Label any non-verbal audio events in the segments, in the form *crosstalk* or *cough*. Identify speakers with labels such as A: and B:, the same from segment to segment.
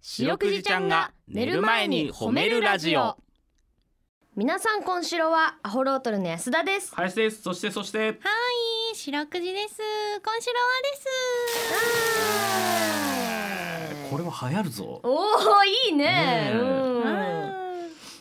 A: 白くじちゃんが寝る前に褒めるラジオ
B: 皆さん今週はアホロートルの安田です
A: 林ですそしてそして
C: はい、白くじです。今週
A: これは流行るぞ
B: おおいいね
A: ね
B: う
A: え
B: ん
C: ロアです。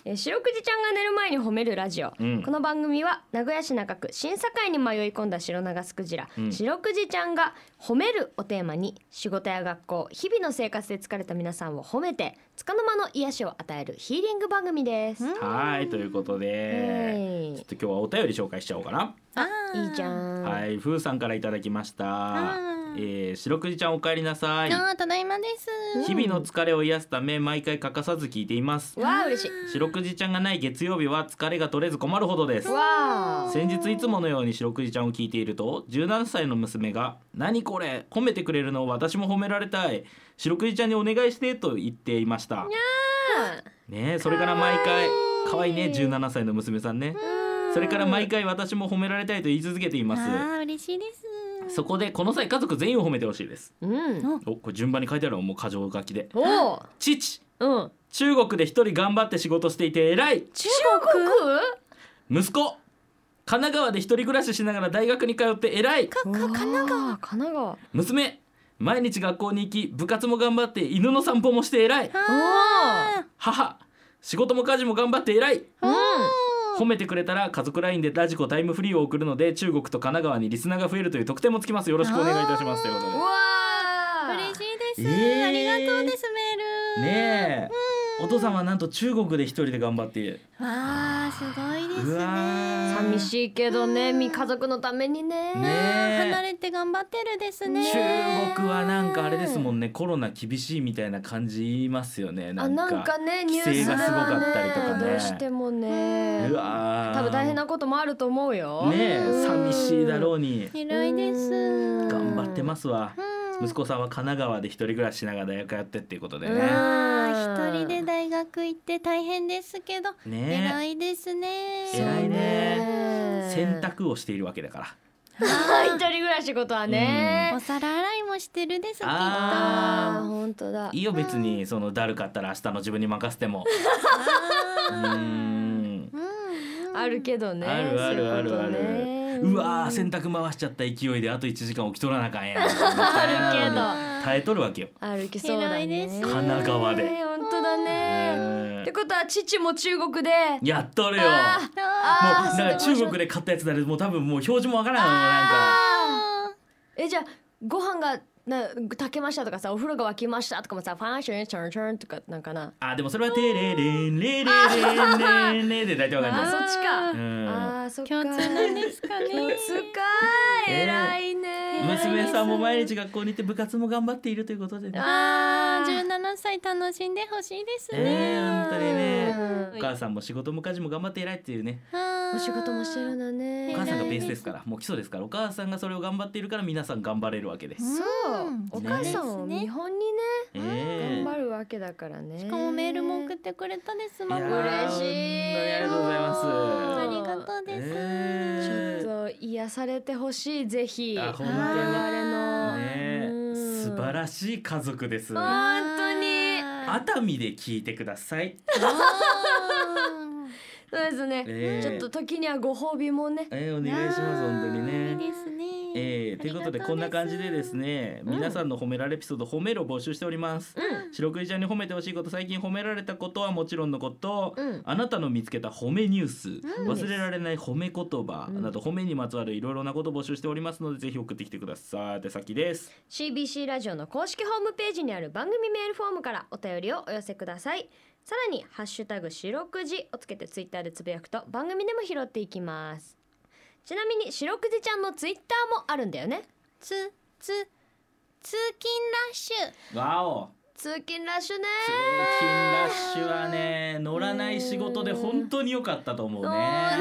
B: えー白くじちゃんが寝る前に褒めるラジオ、
A: うん
B: この番組は名古屋市中区審査会に迷い込んだ白長スクジラ、
A: うん
B: 白くじちゃんが褒めるをテーマに仕事や学校日々の生活で疲れた皆さんを褒めて束の間の癒しを与えるヒーリング番組です、
C: うん
A: はいということで
B: え
A: ち
B: い
A: ょっと今日はお便り紹介しちゃおうかな
C: あー
B: いいじゃ。ん、
A: はいふーさんからいただきました
C: あー
A: えー白くじちゃんお帰りなさい
C: あー、ただいまです。
A: 日々の疲れを癒すため毎回欠かさず聞いています
B: わあ嬉しい
A: 白くじちゃんがない月曜日は疲れが取れず困るほどです
B: わあ
A: 先日いつものように白くじちゃんを聞いていると17歳の娘が「何これ褒めてくれるの私も褒められたい白くじちゃんにお願いして」と言っていましたねえそれから毎回
C: か
A: 可
C: わい
A: 愛
C: い
A: いね17歳の娘さんねそれから毎回私も褒められたいと言い続けてい
C: あ
A: ます
C: ー、嬉しいです。
A: そこでこの際家族全員を褒めてほしいです
B: うん
A: おこれ順番に書いてあるのもう箇条書きで
B: おお
A: 父
B: うん
A: 中国で一人頑張って仕事していて偉い
B: 中国
A: 息子神奈川で一人暮らししながら大学に通って偉い
B: か神奈川神奈川お
A: 娘毎日学校に行き部活も頑張って犬の散歩もして偉い
C: あ
A: 母仕事も家事も頑張って偉い
B: お
A: 褒めてくれたら家族 LINE でラジコタイムフリーを送るので中国と神奈川にリスナーが増えるという特典もつきますよろしくお願いいたしますということ
B: うわあ
C: ー嬉しいです。
A: えー
C: ありがとうです、メール。
A: でねえお父さんはなんと中国で一人で頑張っている
C: わあ、すごいです
A: うわー
C: ね。
B: 寂しいけどね、み家族のためにね。
A: ねえ
C: 離れて頑張ってるですね。
A: 中国はなんかあれですも
C: ん。
A: んねコロナ厳しいみたいな感じ言いますよねな
B: あ、
A: んか
B: なんかね、ニュ
A: 規
B: ー
A: 制
B: スで
A: がすご
B: は
A: かったりとか
B: ね、
A: ね
B: どうしてもね
A: う。わー
B: 多分大変なこともあると思うよ。
A: ねえ寂しいだろ
B: う
A: うに
C: 偉いです。
B: ん
A: 頑張ってますわ
C: うん
A: 息子さんは神奈川で一人暮らししながら大学やってっていうことで
B: う
A: ね
C: あー一人で大学行って大変ですけど、偉
A: ね
C: いですね。
B: そう
A: 偉いね
B: ね
A: 洗。濯をしているわけだから
B: はい、一人暮らしことはね
C: お。皿洗いもしてるですきっと。
A: あ
B: ああ、本当だ
A: い。いよ別にそのだるかったら明日の自分に任せてもうーん
C: うんうん
B: あるけどね。
A: あるある
B: そうい
A: あるあ
B: う
A: る
B: ことね
A: うわー洗濯回しちゃった勢いであと1時間起きとらなあかんやん
B: あるけど
A: 耐えとるわけよ
B: 歩きそうだ
C: 偉い
B: ね。
C: です
A: 神奈川で
B: ね本当だね。
A: ね
B: ってことは父も中国で。
A: やっとるよもう
B: あー
C: あ
B: あー
A: だから
B: そう
A: 中
B: いうこと
A: 国で買ったやつだねもう多分もう表示もわからんのなんか
C: ー
B: えじゃあご飯がな炊けましたとかさお風呂が沸きましたとかもさファンシュンチャンチャンとかなんかな
A: あでもそれはテレレンレレレンレンレで大体わかん
B: あ
A: ない
B: ー
A: です
B: そっちか
C: う
A: うん
B: あーそっか
C: 共通なんですかね。
B: 共通かー
A: ね
B: 偉いね
A: 娘さんも毎日学校に行って部活も頑張っているということでね
C: あ
B: あ
C: ー
B: ー
C: 17歳楽しんでほしいですね。
A: ね本当にね
B: うん
A: お母さんも仕事も家事も頑張って偉いっていうね
C: あー
B: お仕事もしてるんだ
A: お
B: ね
A: 母さんがベースですからもう基礎ですからお母さんがそれを頑張っているから皆さん頑張れるわけです、
B: そう
C: うん
B: お母さんを
C: ね
B: 見本に
A: え
B: ね
A: え
B: 頑張るわけだからね
C: しかもメールも送ってくれたです。
A: いや
C: 孫
A: ー
B: 嬉しい
A: 本当にありがとうございます
C: あ
B: あ
C: りがとうです。
B: ち
A: え
B: ょっと癒されてほしいぜひ
A: あ
B: 我
A: 本
B: 々の
A: 当にね
B: うん
A: 素晴らしい家族です
B: あ本当に
C: あ
A: 熱海で聞いてください
B: そうですね、
A: ええ
B: ちょっと時にはご褒美もね
A: えー、お願いします本当に
C: いい
A: ね。
C: ですね。
A: えー、ということでこんな感じでです
C: ね。
A: ね皆さんの褒められエピソード褒めるを募集しております。
B: う
A: 白くじちゃんに褒めてほしいこと最近褒められたことはもちろんのこと、
B: うん
A: あなたの見つけた褒めニュース、
C: ん
A: 忘れられない褒め言葉、
B: うん
A: など褒めにまつわるいろいろなことを募集しておりますのでぜひ送ってきてください。手先です。
B: CBC ラジオの公式ホームページにある番組メールフォームからお便りをお寄せくださいさらに「ハッシュタグ白くじ」をつけてツイッターでつぶやくと番組でも拾っていきますちなみに白くじちゃんのツイッターもあるんだよね
C: つつ通勤ラッシュ。
A: わお
B: 通勤ラッシュね
A: 通勤ラッシュはね乗らない仕事で本当に良かったと思うね。
C: あ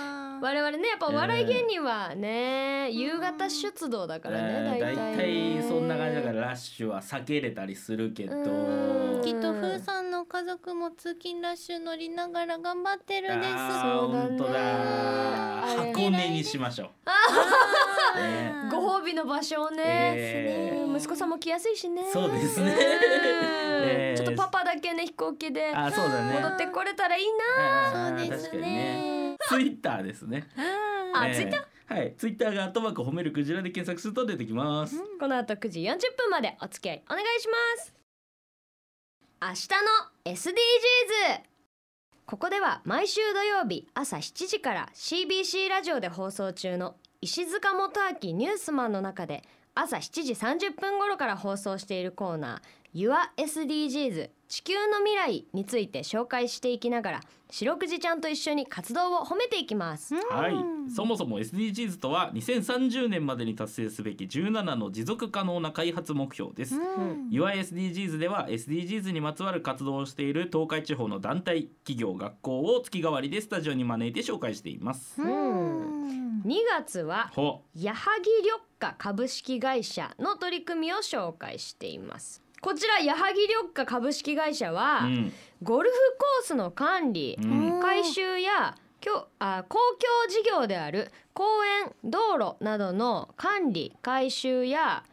C: ー
B: 我々ねやっぱお笑い芸人はね、夕方出動だからね、
A: うん
B: 大
A: 大
B: 体
A: 体
B: ね
A: そんな感じだからラッシュは避けれたりするけど
B: うん
C: きっとふーさんの家族も通勤ラッシュ乗りながら頑張ってるんです。
A: あー本当
B: そ
A: だ
B: うだね
A: 箱根にしましょう、ね、
C: あー
B: ご褒美の場所をね、
A: え
B: うん息子さんも来やすいしね
A: そうですね
B: うん
A: *laughs* え
B: だけね飛行機で
A: あそうだね
B: 戻ってこれたらいい
A: あ
C: そう
A: ー
C: で
A: 確
C: す
A: かにね
C: ね。
A: ツイッターですね
B: なあ、
A: えー
B: ツイッター
A: はいツイッターが「アットマーク褒めるクジラ」で検索すると出てきます
B: この後9時40分までお付き合いお願いします明日の SDGs ここでは毎週土曜日朝7時から CBC ラジオで放送中の石塚元明ニュースマンの中で朝7時30分頃から放送しているコーナー YourSDGs 地球の未来について紹介していきながら白くじちゃんと一緒に活動を褒めていきます
A: はい
C: うん、
A: そもそも SDGs とは2030年までに達成すべき17の持続可能な開発目標です。
C: うん
A: いわ SDGs では SDGs にまつわる活動をしている東海地方の団体企業学校を月替わりでスタジオに招いて紹介しています。
C: うん
B: 2月は
A: ほ
B: 矢作緑化株式会社の取り組みを紹介していますこちら矢作緑化株式会社は、
A: う、うん、
B: ゴルフコースの管理、
A: うん
B: 回収やきょあ公共事業である公園道路などの管理回収や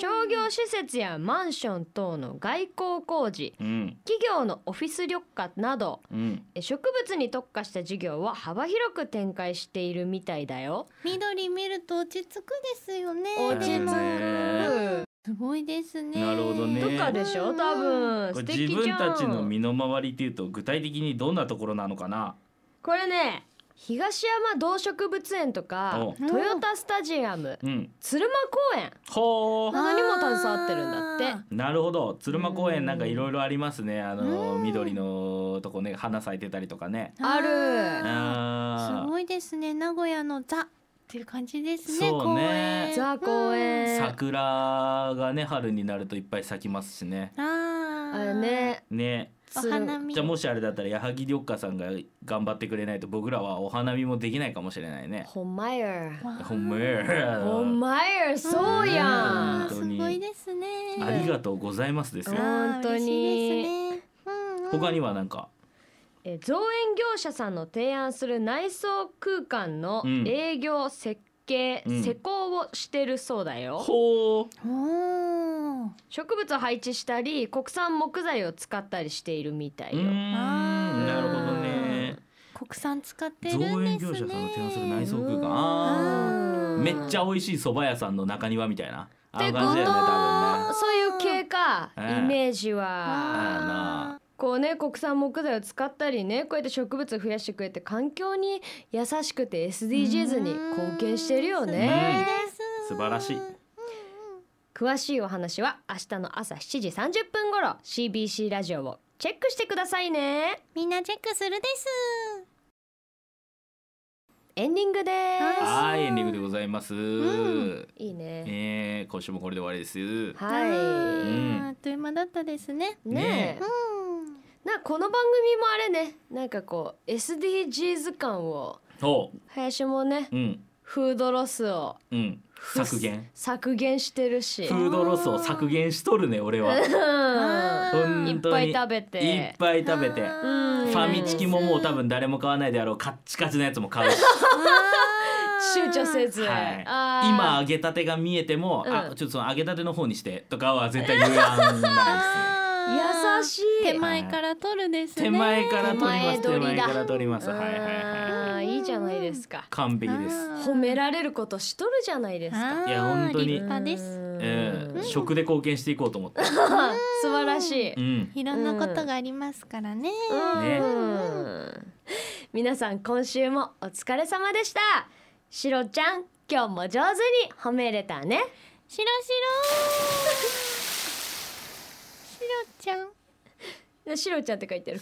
B: 商業施設やマンション等の外交工事
A: うん、
B: 企業のオフィス緑化など
A: うん、
B: え植物に特化した事業を幅広く展開しているみたいだよ。
C: 緑見ると落ち着くですよね。
B: 落ち着く
C: でも
A: ね
C: すごいですね。
A: なるほどね
B: とかでしょ多分
A: こ
B: 素
A: れ
B: 敵
A: 自
B: じ
A: 分
B: ゃん
A: たちの身の回りっていうと具体的にどんなところなのかな。
B: これね東山動植物園とか
A: お
B: 豊田スタジアム
A: うん、
B: 鶴間公園
A: ほう。
B: などにも携わってるんだって
C: あ
A: なるほど鶴間公園なんかいろいろありますねあの
C: うん
A: 緑のとこね花咲いてたりとかね
B: ある
C: あー
A: あー
C: すごいですね。名古屋のザっていう感じですね。
A: そうね
B: ザ公園
A: 桜がね春になるといっぱい咲きますしね
C: 公園。あ
B: あ
C: あ。
B: れ。ね
A: ね
C: お
B: 鶴
C: 花見。
A: じゃあもしあれだったら矢作緑花さんが頑張ってくれないと僕らはお花見もできないかもしれないね
B: ほんまや
C: わー
A: ほんまや
B: ほんまやそうや
A: ま
C: あー
B: ん
A: うん
C: すごいですね。
A: ありがとうございますですよ
B: うん
C: あー
B: 本当に
C: 嬉しいですねうんうん
A: 他にはなんか
B: え造園業者さんの提案する内装空間の
A: うん
B: 営業設計
A: うん
B: 施工をしてるそうだよ
A: ほう
C: おー
B: 植物を配置したり国産木材を使ったりしているみた
A: うー
B: いよ
A: んなるほどね
C: 国産使ってるんですね。
A: 造園業者さんの提案する内装空間あ
C: あ
A: ー
C: ー
A: めっちゃ美味しい蕎麦屋さんの中庭みたいなあの感じだよね多分ね
B: そういう系か、
A: うん
B: イメージは、
A: あ
B: こうね国産木材を使ったりねこうやって植物を増やしてくれて環境に優しくて SDGs に貢献してるよね
A: 素晴らしい
B: 詳しいお話は明日の朝7時30分頃 CBC ラジオをチェックしてくださいね
C: みんなチェックするです。
B: エンディングで
C: は
A: はいエンディングでございます、
C: ん
B: すいいね
A: えー、今週もこれで終わりです
B: はい
A: ん
C: うんあっという間だったですね。
B: ねえ、
C: うん。
B: なこの番組もあれねなんかこう SDGs 感を
A: そ
B: 林もね
A: ううん
B: フードロスを
A: うん
B: *laughs*
A: 削減
B: 削減してるし
A: フードロスを削減しとるね俺は
B: うん
A: 本当に
B: いっぱい食べ
A: いってぱい食べて
C: あ
A: フ
C: ー
B: うん
A: ァミチキももう多分誰も買わないであろうカッチカチのやつも買うし
B: *laughs* 躊躇せず、
A: はい
B: あー
A: 今揚げたてが見えても、
B: うん
A: あちょっとその揚げたての方にしてとかは絶対言わないですね
B: 優しい
C: 手前から取るですね。
A: *laughs* 手前から取ります
B: 手
A: 手
B: 前取り
A: 前
B: だ
A: から取りますはいはいはい
B: あーいいじゃないですか
A: 完璧です
C: あー
B: 褒められることしとるじゃないですか
C: あー
A: いや本当に
C: 立派です。
B: うん
A: ええ食で貢献していこうと思って。
B: 素晴らしい、
A: うん。
C: いろんなことがありますからね。
A: ね
B: うん皆さん今週もお疲れ様でしたしろちゃん今日も上手に褒めれたね
C: しろしろ。しろちゃん。
B: しろちゃんって書いてある